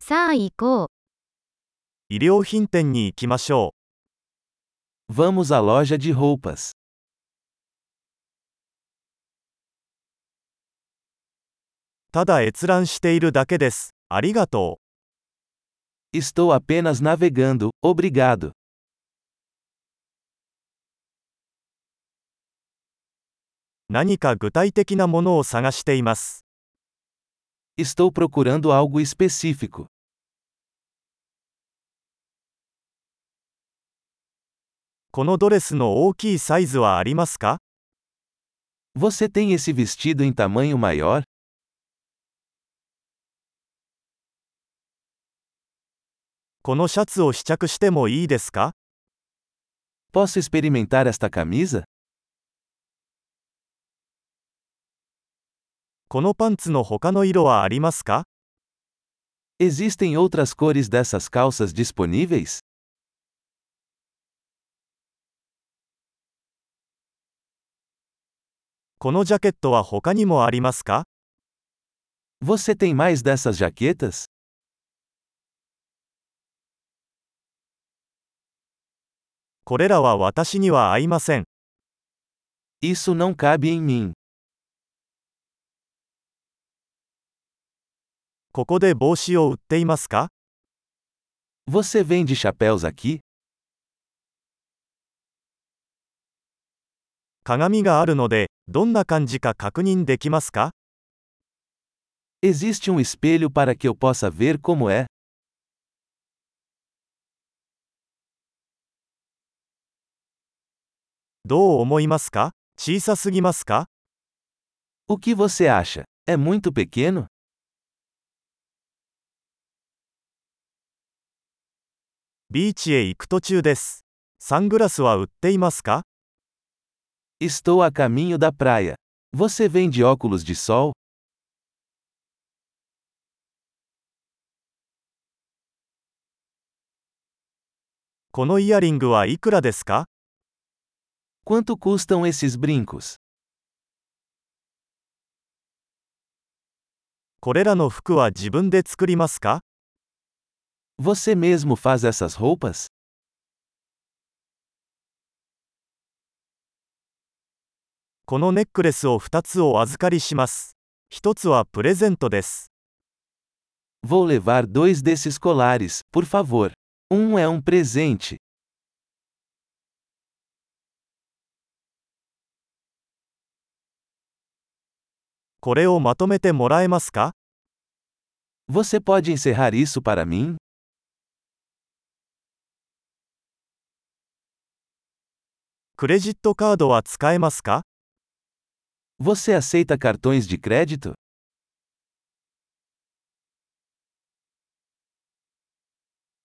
さあ行こう。衣料品店に行きましょ Vamos à loja de roupas. う。ただ閲覧しているだけです。ありがと Estou apenas navegando, obrigado. う。何か具体的なものを探しています。 Estou procurando algo específico. このドレスの大きいサイズはありますか Você tem esse vestido em tamanho maior? このシャツを試着してもいいですか Posso experimentar esta camisa? このパンツの他の色はありますか Existem outras cores dessas calças disponíveis? このジャケットは他にもありますか Você tem mais dessas jaquetas? これらは私には合いません。 Isso não cabe em mim. ここで帽子を売っていますか Você vende chapéus aqui? 鏡があるので、どんな感じか確認できますか Existe um espelho para que eu possa ver como é? どう思いますか小さすぎますか O que você acha? É muito pequeno? ビーチへ行く途中です。サングラスは売っていますか Estou a caminho da praia. Você vende óculos de sol? このイヤリングはいくらですか Quanto custam esses brincos? これらの服は自分で作りますか Você mesmo faz essas roupas? このネックレスを2つお預かりします。1つはプレゼントです。 Vou levar dois desses colares, por favor. Um é um presente. これをまとめてもらえますか Você pode encerrar isso para mim? クレジットカードは使えますか Você aceita cartões de crédito?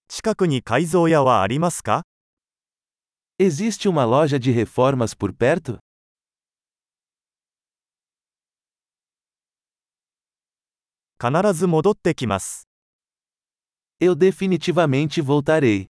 近くに改造屋はありますか Existe uma loja de reformas por perto? 必ず戻ってきます。 Eu definitivamente voltarei.